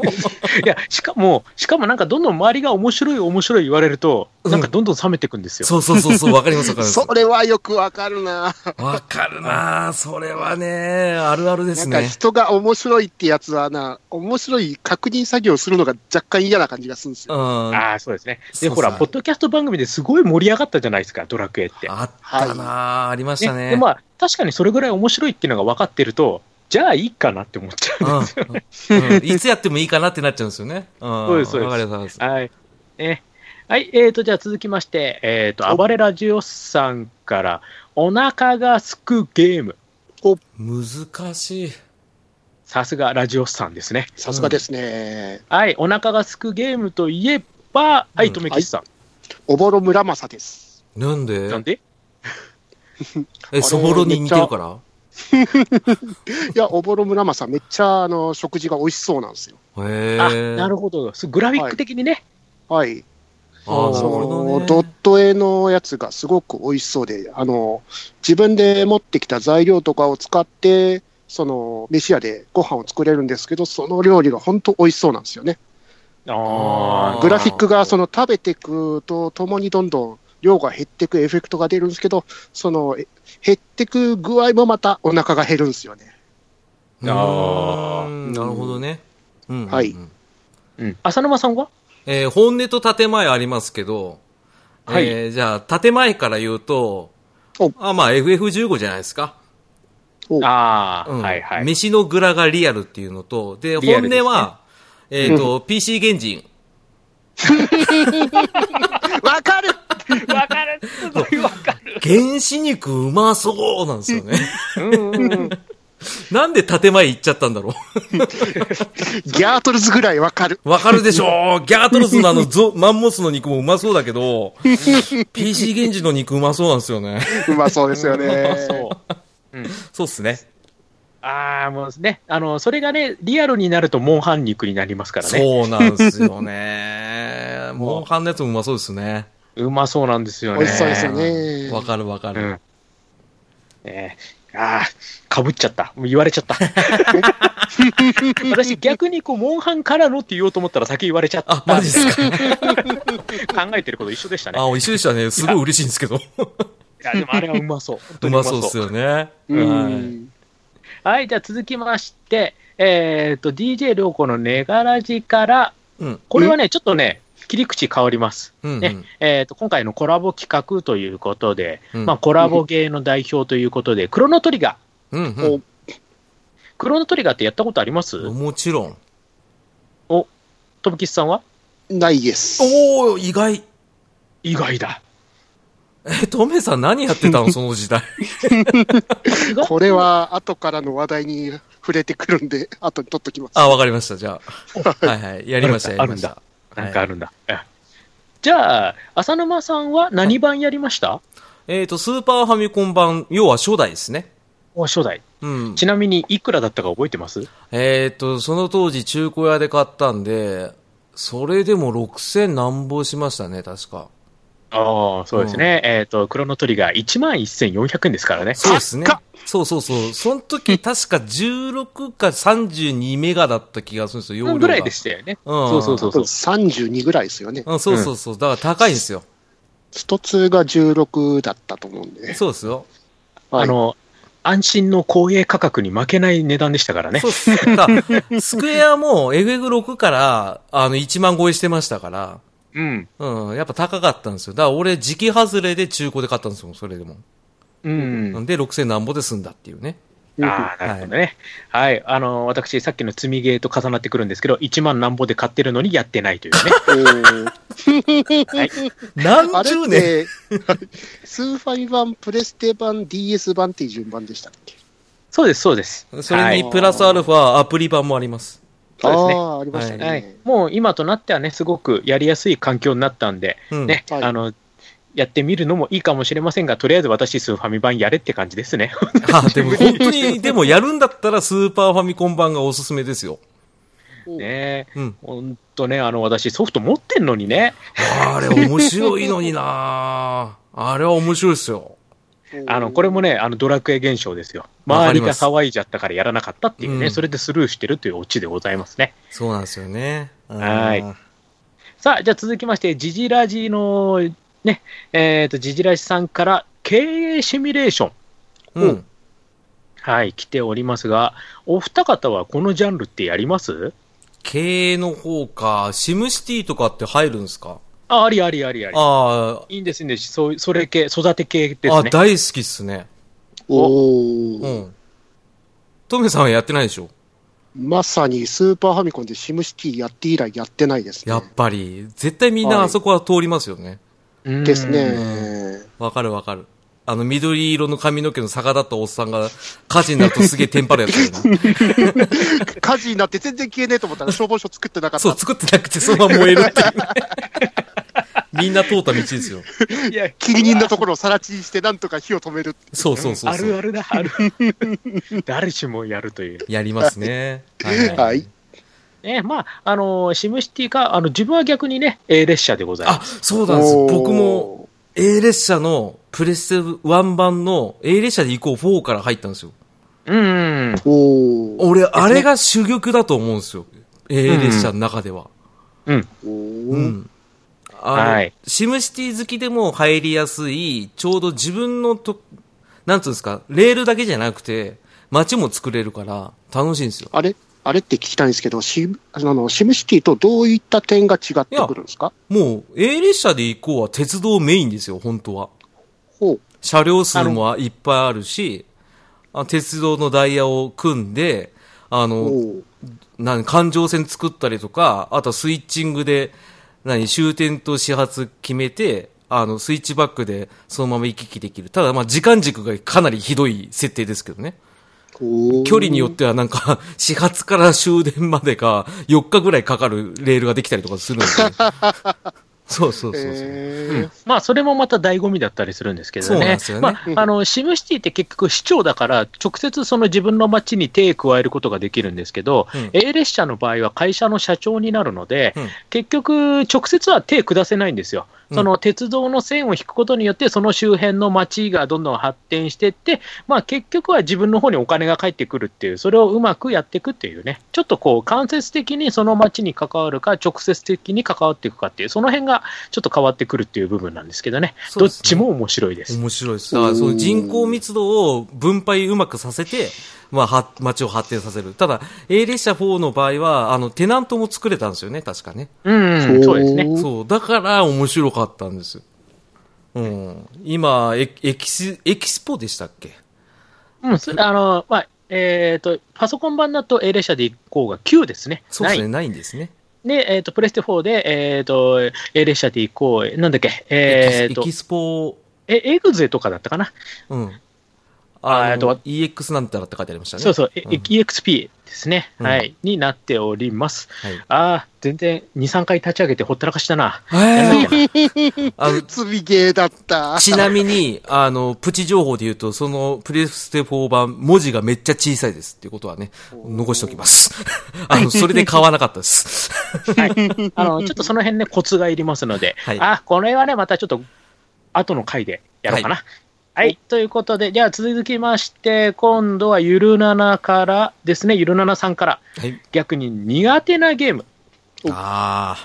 S2: や、しかも、しかもなんかどんどん周りが面白い面白い言われると、なんかどんどん冷めていくんですよ。
S1: そうそうそうそう、わかりますわかります
S3: そ。れはよくわかるな。
S1: わかるなあそれはね、あるあるで
S3: な
S1: す
S3: んか
S1: ね。
S3: 人が面白いってやつはな、面白い確認作業するのが若干嫌な感じがするんです
S1: う
S3: よ。
S1: ん。あ
S2: ああ、そうですね。
S1: そう
S2: で、
S1: そう
S2: ほら、ポッドキャスト番組ですごい盛り上がったじゃないですか、ドラクエって。
S1: ったなあありました
S2: ね
S1: ね。
S2: でまあ、確かにそれぐらい面白いっていうのが分かってると、じゃあいいかなって思っちゃう。
S1: うん うんいつやってもいいかなってなっちゃうんですよね。うん。
S2: そうですそうです
S1: わかります。
S2: はい。ねはい、えーと、じゃあ続きまして、えーと、暴れラジオさんから、お腹がすくゲーム。
S1: 難しい。
S2: さすがラジオさんですね。
S3: さすがですね。
S2: はい、お腹がすくゲームといえば、は
S1: う
S2: い、
S1: ん
S2: とめきちさん。
S3: おぼろ村正です。
S1: なん
S2: なん
S1: で
S2: で
S1: え、そぼろに似てるから
S3: いや、おぼろ村正、めっちゃあの食事が美味しそうなんですよ。
S1: へえ。
S2: あ、なるほど。そうグラフィック的にね。
S3: はい。
S1: あーなる
S3: そ
S1: ほど
S3: の
S1: ね。
S3: ドット絵のやつがすごく美味しそうで、あの自分で持ってきた材料とかを使って、その飯屋でご飯を作れるんですけど、その料理が本当美味しそうなんですよね。
S1: あー
S3: グラフィックがその食べていくとともにどんどん量が減っていくエフェクトが出るんですけど、そのえ減っていく具合もまたお腹が減るんです よね。
S1: うーんなるほどね。うんうんうん
S3: はい
S2: うん。浅沼さんは
S1: えー本音と建前ありますけど、
S2: はい
S1: えーじゃあ、建前から言うと
S3: お、
S1: あまあ、FF15 じゃないですか。
S2: ああ、
S1: うん
S2: はいはい。
S1: 飯のグラがリアルっていうのと、で、
S2: リア
S1: 本
S2: ルですね
S1: 音は、えっ、と、PC 原人。
S3: わかる
S2: わかる、すごいわかる。
S1: 原始肉うまそうなんですよね。
S2: うんうんうん
S1: なんで建前行っちゃったんだろ
S3: ギャートルズぐらいわかる。
S1: う。 わかるでしょギャートルズのあ のゾ、マンモスの肉もうまそうだけど、PC 源氏の肉うまそうなんですよね。
S3: うまそうですよね。
S2: そう。
S1: そうっすね。
S2: ああ、もうね、あの、それがね、リアルになるとモンハン肉になりますからね。
S1: そうなんですよ ね。モンハンのやつもうまそうですね。
S2: うまそうなんですよね。
S3: 美味しそうですよね。
S1: わかるわか
S2: う
S1: る。
S2: ん。ねえああ、かぶっちゃった。もう言われち ゃった。私、逆にこう、モンハンからのって言おうと思ったら先言われちゃった。
S1: あ、マジです か。
S2: 考えてること一緒でしたね。
S1: あ、一緒でしたね。すごい嬉しいんですけ ど。
S2: いや、でもあれはうまそう。本当
S1: う
S2: に
S1: まそうっすよね。
S3: う
S1: はい
S3: ん。
S2: はい、じゃあ続きまして、えっ、と、DJ 良子のねがらじから、
S1: うん。
S2: これはね、ちょっとね、切り口変わります。
S1: うんう
S2: ね
S1: ん。
S2: えっ、と、今回のコラボ企画ということで、
S1: うん
S2: まあ、コラボゲーの代表ということで、クロノトリガー。
S1: うんうん
S2: クロノトリガーってやったことあります
S1: もちろん。
S2: トムキスさんは
S3: ないです。
S1: おお意外。
S2: 意外だ。
S1: え、トメさん何やってたのその時 代。
S2: 意外
S3: これは後からの話題に触れてくるんで、後に取っときます。
S1: あ、わかりました。じゃあ。はいはい。やりました、や
S2: あ
S1: り
S2: る
S1: ま
S2: ん
S1: し
S2: だ
S1: た。
S2: なんかあるんだ。うんじゃあ、浅沼さんは何版やりました
S1: えっと、スーパーファミコン版、要は初代ですね。
S2: お初代。
S1: うん。
S2: ちなみに、いくらだったか覚えてます
S1: えっと、その当時中古屋で買ったんで、それでも6000何ぼしましたね、確か。
S2: ああ、そうですね。えっ、と、クロノトリガー1万1400円ですからね。
S1: そうですね
S3: 高っ。
S1: そうそうそう。その時確か16か32メガだった気がするんですよ、容量が。
S2: ぐらいでしたよね。
S1: うん
S2: そうそうそうそう。
S3: 32ぐらいですよね。
S1: うん、そうそうそう。だから高いんですよ。
S3: スト2が16だったと思うんで。
S1: そうですよ。
S2: あの、安心の公営価格に負けない値段でしたからね
S1: そ。うっす。だからスクエアも FF6 から、あの、1万超えしてましたから、
S2: うん。
S1: うん、やっぱ高かったんですよ。だから俺、時期外れで中古で買ったんですよ、それでも。
S2: うん。
S1: で、6000なんぼで済んだっていう ね。
S3: うん
S2: ああ、なるほどね。はい。あの、私、さっきの積みゲーと重なってくるんですけど、1万なんぼで買ってるのにやってないという ね。
S3: おー
S1: 何
S3: あれ
S1: 十
S3: っ
S1: 年
S3: て、スーファミ版、プレステ版、DS 版っていう順番でしたっけ
S2: そうです、そうです。
S1: それ
S2: は
S1: にプラスアルファアプリ版もあります。
S2: そうですね
S3: ああ、ありました
S2: い、
S3: ね。
S2: はい。もう今となってはね、すごくやりやすい環境になったんで、
S1: うん。
S2: ね、
S3: はい
S2: あの、やってみるのもいいかもしれませんが、とりあえず私、スーファミ版やれって感じですね。
S1: あでも本当に、でもやるんだったらスーパーファミコン版がおすすめですよ。
S2: ねえ
S1: うん。
S2: ほんとね、あの、私、ソフト持ってんのにね、
S1: あれ面白いのになあれは面白いですよ。
S2: あの、これもね、あの、ドラクエ現象ですよ。
S1: わかり
S2: 周り
S1: ま
S2: が
S1: す
S2: 騒いじゃったからやらなかったっていうね、
S1: うん
S2: それでスルーしてるというオチでございますね。
S1: そうなんですよね。うん
S2: はいさあ、じゃあ続きまして、ジジラジの、ね、えっ、と、ジジラジさんから、経営シミュレーション。
S1: うん。
S2: はい、来ておりますが、お二方はこのジャンルってやります
S1: 経営の方か、シムシティとかって入るんですか
S2: あ、ありありありあり。
S1: あ
S2: いいんですね。そう、それ系、育て系で
S1: あ、あ、
S2: すね。
S1: 大好きっすね。
S3: お
S1: う
S3: ー
S1: ん。トメさんはやってないでしょ
S3: まさにスーパーファミコンでシムシティやって以来やってないです
S1: や
S3: ね
S1: っ。ぱり。絶対みんなあそこは通りますよね。
S2: うん
S3: ですね。
S1: わかるわかる。あの、緑色の髪の毛の逆立ったおっさんが、火事になるとすげえテンパるやつだよな。
S3: 火事になって全然消えねえと思ったら消防署作ってなかっ
S1: そう、
S3: た。
S1: 作ってなくてそのまま燃えるっていう、ね。みんな通った道ですよ。
S2: いや、
S3: 近隣のところをさら地にしてなんとか火を止める。
S1: そうそうそう
S2: あ
S1: そう、
S2: るあるだ、ある。誰しもやるという。
S1: やりますね。はい、はい。
S3: はい
S2: ね、まあ、あのーシムシティか、あの、自分は逆にね、A 列車でございま
S1: あ
S2: す。、
S1: そうなんです。
S3: おー
S1: 僕も。A 列車のプレステ1版の A 列車で行こう4から入ったんですよ。
S2: うん。
S3: おー
S1: 俺、あれが主玉だと思うんですよ。A 列車の中では。
S2: うん。
S3: おー
S1: うん。あの
S2: はい
S1: シムシティ好きでも入りやすい、ちょうど自分のと、なんつうんですか、レールだけじゃなくて、街も作れるから、楽しいんですよ。
S3: あれあれって聞きたいんですけど、シムあのシムシティとどういった点が違ってくるんですか
S1: もう、A 列車で行こうは鉄道メインですよ、本当は。
S3: ほう。
S1: 車両数もいっぱいあるし、あ鉄道のダイヤを組んで、あ
S3: お
S1: の、
S3: ー
S1: なん環状線作ったりとか、あとはスイッチングで、何、終点と始発決めて、あの、スイッチバックでそのまま行き来できる。ただ、まあ、時間軸がかなりひどい設定ですけどね。距離によってはなんか、 始発から終電までが4日ぐらいかかるレールができたりとかするんですよ。そうそうそうそう。
S3: え
S2: まあ、それもまた醍醐味だったりするんですけど
S1: そ
S2: ね。
S1: うなんですよね
S2: まあ、あの、シムシティって結局市長だから、直接その自分の町に手を加えることができるんですけど、
S1: うん
S2: A 列車の場合は会社の社長になるので、
S1: うん
S2: 結局、直接は手下せないんですよ。
S1: うん
S2: その鉄道の線を引くことによって、その周辺の町がどんどん発展していって、まあ、結局は自分の方にお金が返ってくるっていう、それをうまくやっていくっていうね、ちょっとこう、間接的にその町に関わるか、直接的に関わっていくかっていう、その辺がちょっと変わってくるっていう部分なんですけどね、
S1: そう
S2: ど
S1: で
S2: っ
S1: すね
S2: ちも面白いです。
S1: 面白いです。だからその人口密度を分配うまくさせて、まあ、は街を発展させる。ただ、A 列車4の場合は、あの、テナントも作れたんですよね、確かね。
S2: うん、そうですね。
S3: うん
S1: そう。だから面白かったんです。うん。今、エエキス、エキスポでしたっけ
S2: うん、それあの、まあ、えっ、と、パソコン版だと A 列車で行こうが9ですね。
S1: そうです
S2: な
S1: ね、
S2: い
S1: ないんですね。
S2: で、えっ、と、プレステ4で、えっ、と、A 列車で行こう、なんだっけ、え
S1: エキス
S2: っ、と
S1: エキ、スポ、
S2: え、エグゼとかだったかな。
S1: うん。
S2: あ
S1: あ
S2: えっ
S1: の
S2: と
S1: EX なんたらって書いてありましたね。
S2: そうそう、え
S1: うん
S2: EXP ですね、
S1: うん
S2: はい、になっております。
S1: はい
S2: ああ、全然2、3回立ち上げてほったらかしたな。やんな
S1: え
S2: きゃな
S1: ーあの
S3: ー、積みゲーだった。
S1: ちなみに、あの、プチ情報で言うと、そのプレステ4版、文字がめっちゃ小さいですっていうことはね、残しておきます。 あの、それで買わなかったです。
S2: はい、あのちょっとその辺ね、コツがいりますので、
S1: はい
S2: あこれはね、またちょっと後の回でやろうかな。はいということで、じゃあ続きまして、今度はゆるななからですね、ゆるななさんから、
S1: はい。
S2: 逆に苦手なゲーム。
S1: あ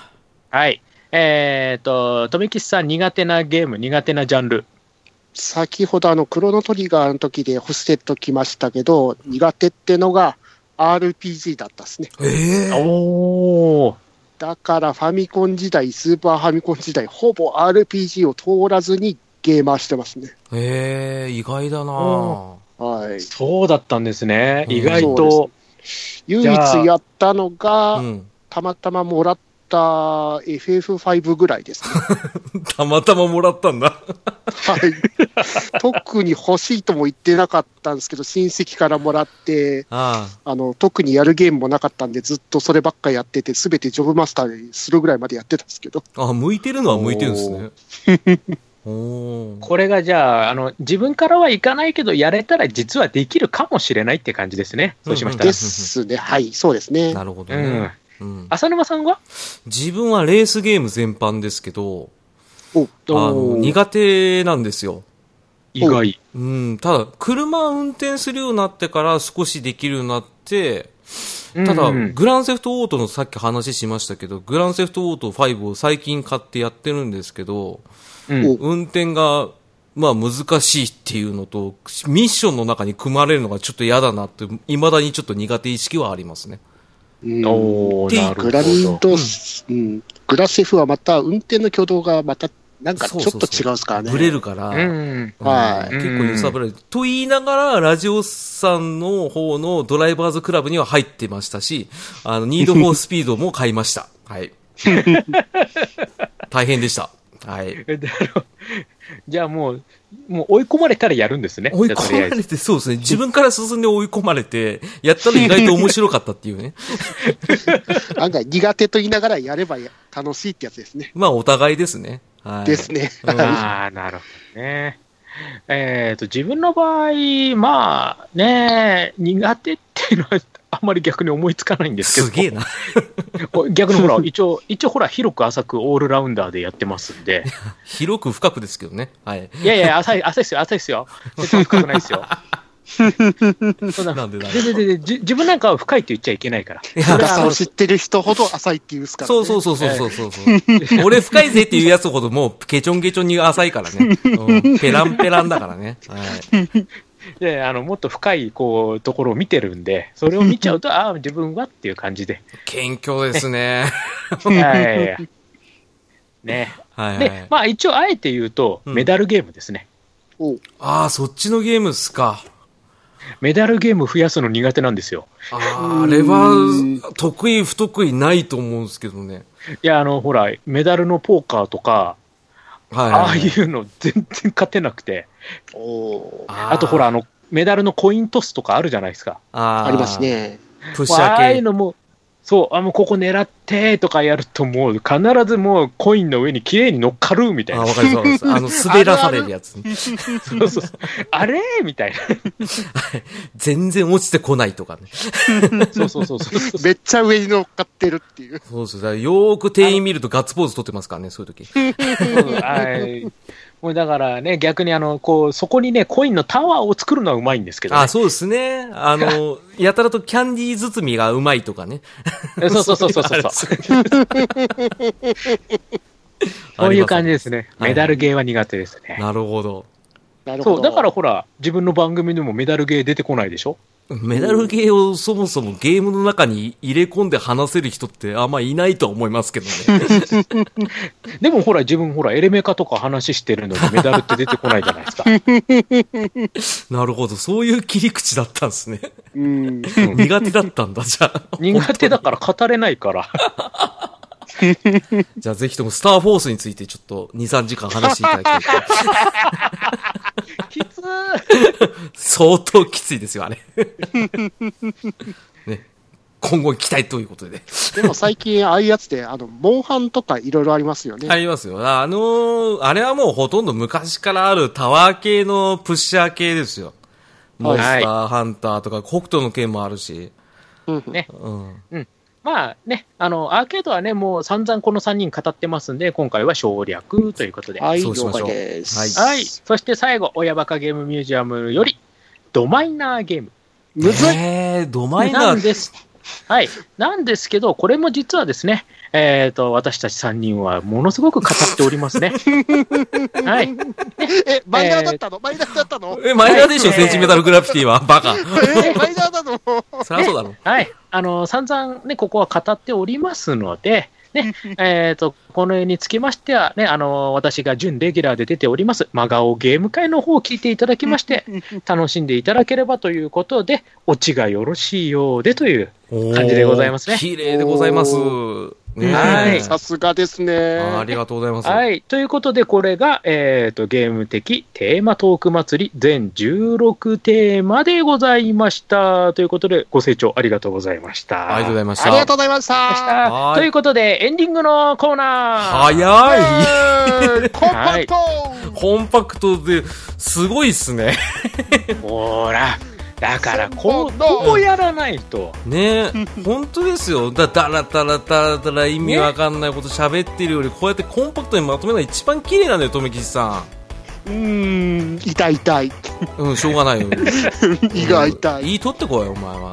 S2: はい。えっ、と、とめきちさん、苦手なゲーム、苦手なジャンル。
S3: 先ほどあのクロノトリガーの時でホステット来ましたけど、苦手ってのが RPG だったですね。
S1: ー。ええ
S2: おー。
S3: だからファミコン時代、スーパーファミコン時代、ほぼ RPG を通らずにゲーマーしてますね。
S1: ええ意外だなぁ
S2: お
S3: はい。
S2: そうだったんですね。
S1: うん
S2: 意外
S3: そ
S2: と。
S3: 唯
S2: じゃあ
S3: 一やったのが、
S1: うん。
S3: たまたまもらった FF5 ぐらいです ね。
S1: たまたまもらったんだ。
S3: はい。特に欲しいとも言ってなかったんですけど、親戚からもらって、
S1: あ
S3: あの、特にやるゲームもなかったんで、ずっとそればっかやってて、すべてジョブマスターにするぐらいまでやってたんですけど。
S1: あ。あ、向いてるのは向いてるんですね。 おー。
S2: これがじゃああの、自分からはいかないけど、やれたら実はできるかもしれないって感じですね。そうしました
S3: で
S2: ら。
S3: すね。はい、そうですね。
S1: なるほど
S2: うん
S1: ね。うん。
S2: 浅沼さんは
S1: 自分はレースゲーム全般ですけど、
S3: お
S1: あの、苦手なんですよ。
S2: 意外。
S1: うん、ただ、車運転するようになってから少しできるようになって、ただ、
S2: うん
S1: グランセフトオートのさっき話しましたけど、グランセフトオート5を最近買ってやってるんですけど、
S2: うん
S1: 運転が、まあ難しいっていうのと、ミッションの中に組まれるのがちょっと嫌だなって、未だにちょっと苦手意識はありますね。
S3: うん
S2: おー
S1: で
S2: なるほ
S3: グラミン
S2: ど。
S3: ド、うん、グラセフはまた運転の挙動がまたなんかちょっと違うんですからね。
S1: ブレるから、
S2: うん。
S3: はい
S1: 結構揺さぶられる。と言いながら、ラジオさんの方のドライバーズクラブには入ってましたし、あの、ニードフォースピードも買いました。 はい。大変でした。はい。
S2: えだろじゃあもう、もう追い込まれたらやるんですね。
S1: 追い
S2: じゃあと
S1: 込
S2: りあえ
S1: ま
S2: ず
S1: れて、そうですね。自分から進んで追い込まれて、やったら意外と面白かったっていう ね。
S3: 案外苦手と言いながらやれば楽しいってやつですね。
S1: まあ、お互いですね。はい。
S3: ですね。
S1: うん。
S2: ああ、なるほどね。えっ、と、自分の場合、まあね、苦手っていうのは、あんまり逆に思いつかないんですけど。
S1: すげえな。
S2: こう逆にほら、 一応、一応ほら、広く浅くオールラウンダーでやってます んで。
S1: 広く深くですけどね。はい。
S2: いやいや、浅い、浅いっすよ、浅いっすよ。絶対深くないっす よ。そんな
S1: なんでなんで
S2: ででででじ自分なんかは深いって言っちゃいけないから。
S1: いや
S2: それはあ
S3: 深さ
S2: の
S3: を知ってる人ほど浅いって言うんですから、ね。
S1: そうそうそうそうそうそうそう。俺深いぜっていうやつほどもうケチョンケチョンに浅いからね。うん、ペランペランだからね。はい。
S2: いやいやあのもっと深いこうところを見てるんで、それを見ち ゃうと、ああ、自分はっていう感じで。
S1: 謙虚ですね。
S2: はいはいはい。ね。
S1: はいはい。
S2: で、まあ一応、あえて言うと、
S1: うん
S2: メダルゲームですね。
S3: お
S1: ああ、そっちのゲームっすか。
S2: メダルゲーム増やすの苦手なんですよ。
S1: あーあれは、得意不得意ないと思うんですけどね。
S2: いや、あの、ほら、メダルのポーカーとか、
S1: はい、
S2: ああいうの全然勝てなくて。
S3: おー
S1: あー
S2: あとほら、あ、の、メダルのコイントスとかあるじゃないですか。
S1: あー
S3: あります。ね。
S1: プッシ
S2: もう
S1: ャ
S2: ああいう
S1: ー系。
S2: のも、そう、あ、もうここ狙ってとかやると、もう必ずもうコインの上に綺麗に乗っかるみたい
S1: あ、
S2: な。
S1: わかりますわかります。あの、滑らされるやつ。
S2: そうそうそうあれ みたい
S1: 全然落ちてこないとかね。
S2: な。そうそうそうそうそう。
S3: めっちゃ上に乗っかってるっ ていう。
S1: そうですよだからよーく店員見るとガッツポーズ取ってますからね、そういう時。
S2: うんはいもうだからね、逆にあの、こう、そこにね、コインのタワーを作るのはうまいんですけど、ね
S1: あ、。そうですね。あ の、やたらとキャンディー包みがうまいとかね。
S2: そうそうそう そうそう。そういう感じですね。
S1: はい
S2: メダルゲーは苦手ですね。
S1: なるほど。
S3: なるほど。
S2: そう、だから、ほら、自分の番組でもメダルゲー出てこないでしょ
S1: メダルゲーをそもそもゲームの中に入れ込んで話せる人ってあんまいないとは思いますけど ね。
S2: でもほら、自分ほら、エレメカとか話してるのにメダルって出てこないじゃないですか。
S1: なるほど。そういう切り口だったんですね。
S3: うん。
S2: うん
S1: 苦手だったんだ、じゃあ。
S2: 苦手だから語れないから。
S1: じゃあぜひともスターフォースについてちょっと2、3時間話していただきたいと。
S2: きつー
S1: 相当きついですよ、 あれ。ね。今後期待ということでね。
S3: でも最近、ああいうやつで、あの、モンハンとかいろいろありますよね。
S1: ありますよ。あのーあれはもうほとんど昔からあるタワー系のプッシャー系ですよ。モンスターハンターとか、北斗の剣もあるし。
S3: うん
S2: ね
S1: うん。
S2: まあね、あの、アーケードはね、もう散々この3人語ってますんで、今回は省略ということで。は
S3: はい、
S1: そう
S3: 了
S1: しましょう
S3: 解です。
S1: はい
S2: い。そして最後、親バカゲームミュージアムより、ドマイナーゲーム。
S3: むずい。
S1: えー、ドマイ
S2: な
S1: ナ
S2: ん
S1: ー。
S2: です。はい。なんですけど、これも実はですね、えっ、と、私たち3人はものすごく語っておりますね。はい。
S3: え、マイナーだったのマイナーだっ たの
S1: え、マイナーでしょ、
S2: はい
S1: センチメタルグラフィティは。バカ。
S3: え、マイナーなの
S1: そりゃそうだろ。
S2: はい。あの、散々ね、ここは語っておりますので、ね、えっ、と、この絵につきましては、ね、あの、私が準レギュラーで出ております、真顔ゲーム会の方を聞いていただきま して、楽しんでいただければということで、オチがよろしいようでという、感じでございますね
S1: おー綺麗でございます。ねえ
S2: はい
S3: さすがですね。
S1: あーありがとうございます。
S2: はい。ということで、これが、えっ、と、ゲーム的テーマトーク祭り全16テーマでございました。ということで、ご清聴ありがとうございました。
S1: ありがとうございまし
S3: ありがと
S1: た。
S3: うございました。
S1: はい
S2: ということで、エンディングのコーナー。
S1: 早い。
S3: えーコンパクト
S1: コンパクトで、すごいっすね。
S2: ほら。だからこ、
S3: そううだ
S2: こうやらないと。
S1: ね え、本当ですよ。だ、だらだらだらだら意味わかんないこと喋ってるより、こうやってコンパクトにまとめるのが一番綺麗なんだよ、とめきちさ
S3: うーん、痛い痛い。
S1: ん。うん、しょうがないよ。
S3: 胃が痛
S1: う
S3: い
S1: ん。いい取ってこいよ、お前は。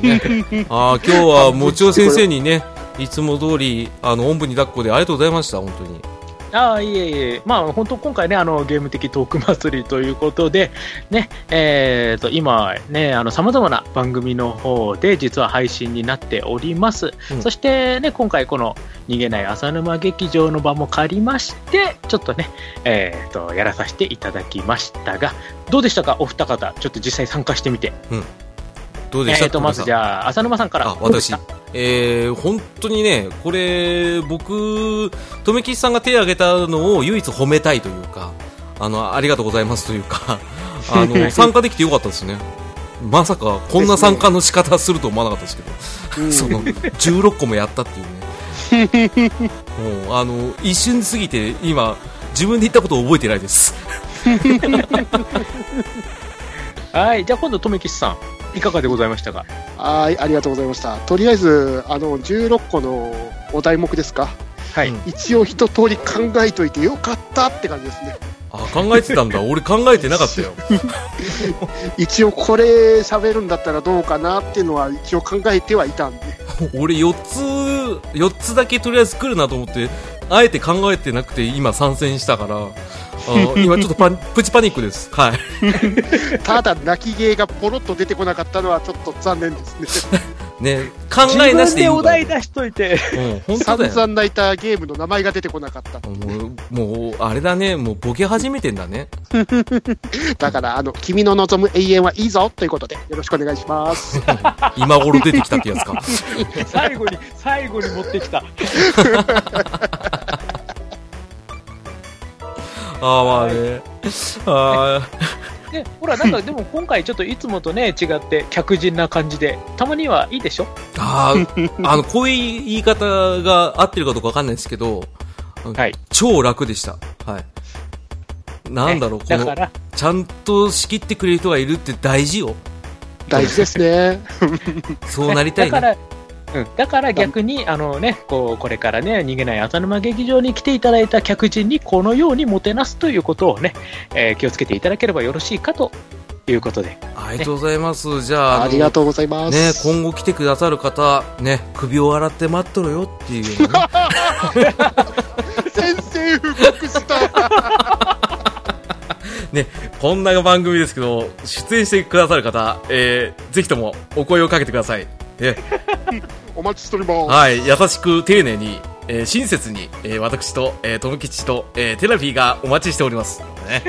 S1: ねああ、今日は、もちお先生にね、いつも通り、あの、おんぶに抱っこでありがとうございました、本当に。
S2: ああ、いえいえ。まあ、本当今回ね、あの、ゲーム的トーク祭りということで、ね、えっ、と、今、ね、あの、様々な番組の方で、実は配信になっております。
S1: うん
S2: そして、ね、今回、この、逃げない浅沼劇場の場も借りまして、ちょっとね、えっ、と、やらさせていただきましたが、どうでしたか、お二方、ちょっと実際参加してみて。
S1: どう
S2: え
S1: で
S2: っ
S1: した、、
S2: と、まずじ
S1: ゃ
S2: ゃあ、浅沼さんから。
S1: あ、私
S2: どうでし。
S1: えー、本当にね、これ、僕、とめきちさんが手を挙げたのを唯一褒めたいというか、あの、ありがとうございますという か、あの、参加できてよかったですね。まさか、こんな参加の仕方すると思わなかったですけど、
S3: うん
S1: その、16個もやったって いうね。もう、あの、一瞬過ぎて、今、自分で言ったことを覚えてないです。
S2: たはい、じゃあ今度、とめきしさん、いかがでございましたか
S3: はい、ありがとうございました。とりあえず、あの、16個のお題目ですか。
S2: はい。
S1: うん
S3: 一応一通り考えといてよかったって感じですね。
S1: あ、考えてたんだ。俺考えてなかったよ。
S3: 一応これ喋るんだったらどうかなっていうのは一応考えてはいたんで。
S1: 俺4つ4つだけとりあえず来るなと思ってあえて考えてなくて今参戦したからあ ー今ちょっとパンプチパニックですはい
S3: ただ泣き芸がポロッと出てこなかったのはちょっと残念ですね。
S1: ね考えなしでいい
S2: 自分でお
S1: んだ
S2: 題
S1: よ
S2: 出しといて。
S1: うん本当
S3: 散
S1: だよ
S3: 々泣いたゲームの名前が出てこなかった。
S1: もうもうあれだねもうボケ始めてんだね
S3: だから、あの、君の望む永遠はいいぞということで、よろしくお願いします。
S1: 今頃出てきたってやつ か
S2: 最後に、最後に持ってきた。
S1: ああまあねあ
S2: でほら、なん かでも今回ちょっといつもとね、違って客人な感じで、たまにはいいでしょ
S1: ああ、あの、こういう言い方が合ってるかどうかわかんないですけど、
S2: はい
S1: 超楽でした。はい。なんだろう、
S2: だ
S1: こ
S2: か
S1: の、
S2: ら、
S1: ちゃんと仕切ってくれる人がいるって大事よ。
S3: 大事ですね。
S1: そうなりたい
S2: ねだ
S1: ね。
S2: から、うん、だから逆に、あのね、こう、これからね、逃げない浅沼劇場に来ていただいた客人に、このようにもてなすということをね、えー気をつけていただければよろしいかということで。
S1: ありがとうございます。じ ゃあ、
S3: ありが
S1: う。
S3: とうございます。
S1: ね、今後来てくださる方、ね、首を洗って待っとるよっていう ようなね、
S3: 先生復 刻した。
S1: こんな番組ですけど、出演してくださる方、えー、ぜひともお声をかけてください。ね、
S3: お待ちしております。
S1: はい、優しく丁寧に、えー親切に、えー私と、えー、友吉と、えーテラフィーがお待ちしております。ね、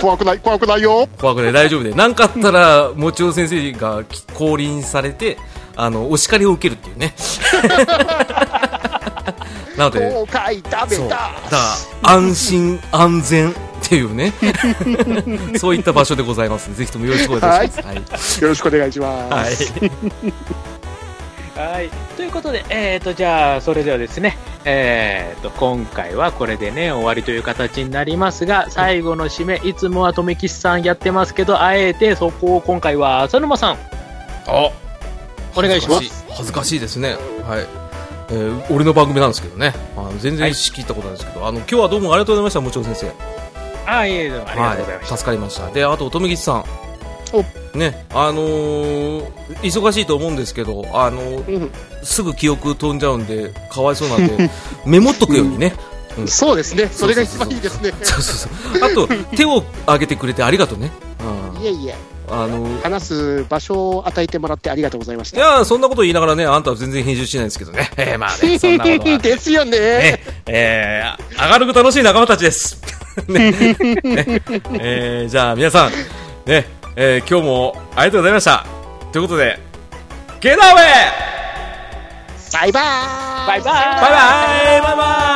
S3: 怖くない、怖くないよ。
S1: 怖くない、大丈夫で。なんかあったら、もちろん先生がき降臨されて、あの、お叱りを受けるっていうね。 なので、
S3: 後悔ダメ
S1: そう。だか。
S3: だ
S1: ら、安心、安全っていうね。 そういった場所でございます。ぜひともよろしくお願いいたします。
S3: よろしくお願いします。
S1: はい。はい
S2: はい。ということで、えっ、と、じゃあ、それではですね、えっ、と、今回はこれでね、終わりという形になりますが、最後の締め、いつもは富吉さんやってますけど、あえてそこを今回は浅沼さん、
S1: あ
S2: お願いしま
S1: 恥ずかし
S2: す。
S1: い恥ずかしいですねはい、えー俺の番組なんですけどねあの全然意識ったことないですけど、あの今日はどうもありがとうございましたもちろん先生
S2: あいえいえ、どうもありがとうございました。
S1: 助かりましたであと富吉さんねあのー忙しいと思うんですけど、あのー
S3: うん
S1: すぐ記憶飛んじゃうんでかわいそうなん でメモっとくようにね、
S3: そうですね。それが一番いいですね。
S1: そうそうそうあと手を挙げてくれてありがとうね、うん
S3: いえいえ、
S1: あのー
S3: 話す場所を与えてもらってありがとうございまし
S1: い
S3: た。
S1: やーそんなこと言いながらねあんたは全然編集しないですけどね、えーまあねそんなことは
S3: ですよね。
S1: ね、えー、明るく楽しい仲間たちです。 ね、ねえーじゃあ皆さん、ね、えー今日もありがとうございました。ということで、ゲーダーウェイ
S3: バイバーイ。
S2: バイ
S1: バイ
S2: バイ
S1: バイバイバイ